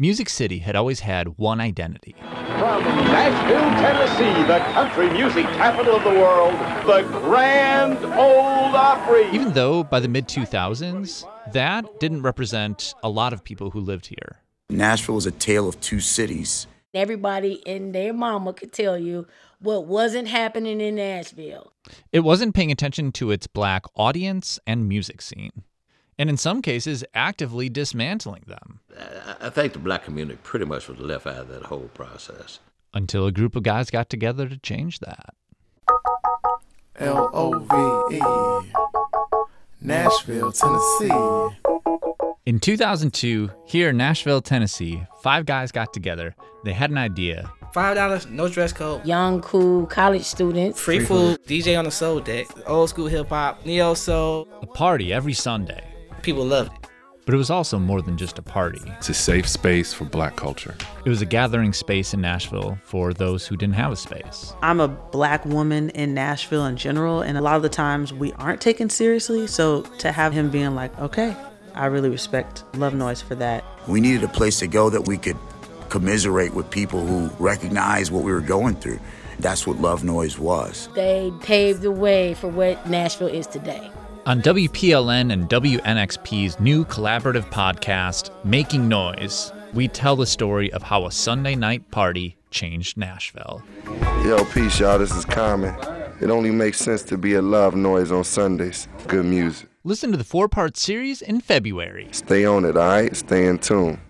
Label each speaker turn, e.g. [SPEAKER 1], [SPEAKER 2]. [SPEAKER 1] Music City had always had one identity.
[SPEAKER 2] From Nashville, Tennessee, the country music capital of the world, the Grand Old Opry.
[SPEAKER 1] Even though by the mid 2000s, that didn't represent a lot of people who lived here.
[SPEAKER 3] Nashville is a tale of two cities.
[SPEAKER 4] Everybody and their mama could tell you what wasn't happening in Nashville.
[SPEAKER 1] It wasn't paying attention to its black audience and music scene, and in some cases, actively dismantling them.
[SPEAKER 5] I- I think the black community pretty much was left out of that whole process.
[SPEAKER 1] Until a group of guys got together to change that.
[SPEAKER 6] L O V E. Nashville, Tennessee.
[SPEAKER 1] In 2002, here in Nashville, Tennessee, five guys got together. They had an idea.
[SPEAKER 7] Five dollars, no dress code.
[SPEAKER 4] Young, cool college students.
[SPEAKER 7] Free, food, DJ on the soul deck, old school hip hop, neo soul.
[SPEAKER 1] A party every Sunday.
[SPEAKER 7] People loved it.
[SPEAKER 1] But it was also more than just a party.
[SPEAKER 8] It's a safe space for black culture.
[SPEAKER 1] It was a gathering space in Nashville for those who didn't have a space.
[SPEAKER 9] I'm a black woman in Nashville in general, and a lot of the times we aren't taken seriously. So to have him being like, okay, I really respect Love Noise for that.
[SPEAKER 3] We needed a place to go that we could commiserate with people who recognized what we were going through. That's what Love Noise was.
[SPEAKER 4] They paved the way for what Nashville is today.
[SPEAKER 1] On WPLN and WNXP's new collaborative podcast, Making Noise, we tell the story of how a Sunday night party changed Nashville.
[SPEAKER 10] Yo, peace, y'all. This is Common. It only makes sense to be a love noise on Sundays. Good music.
[SPEAKER 1] Listen to the four part series in February.
[SPEAKER 10] Stay on it, all right? Stay in tune.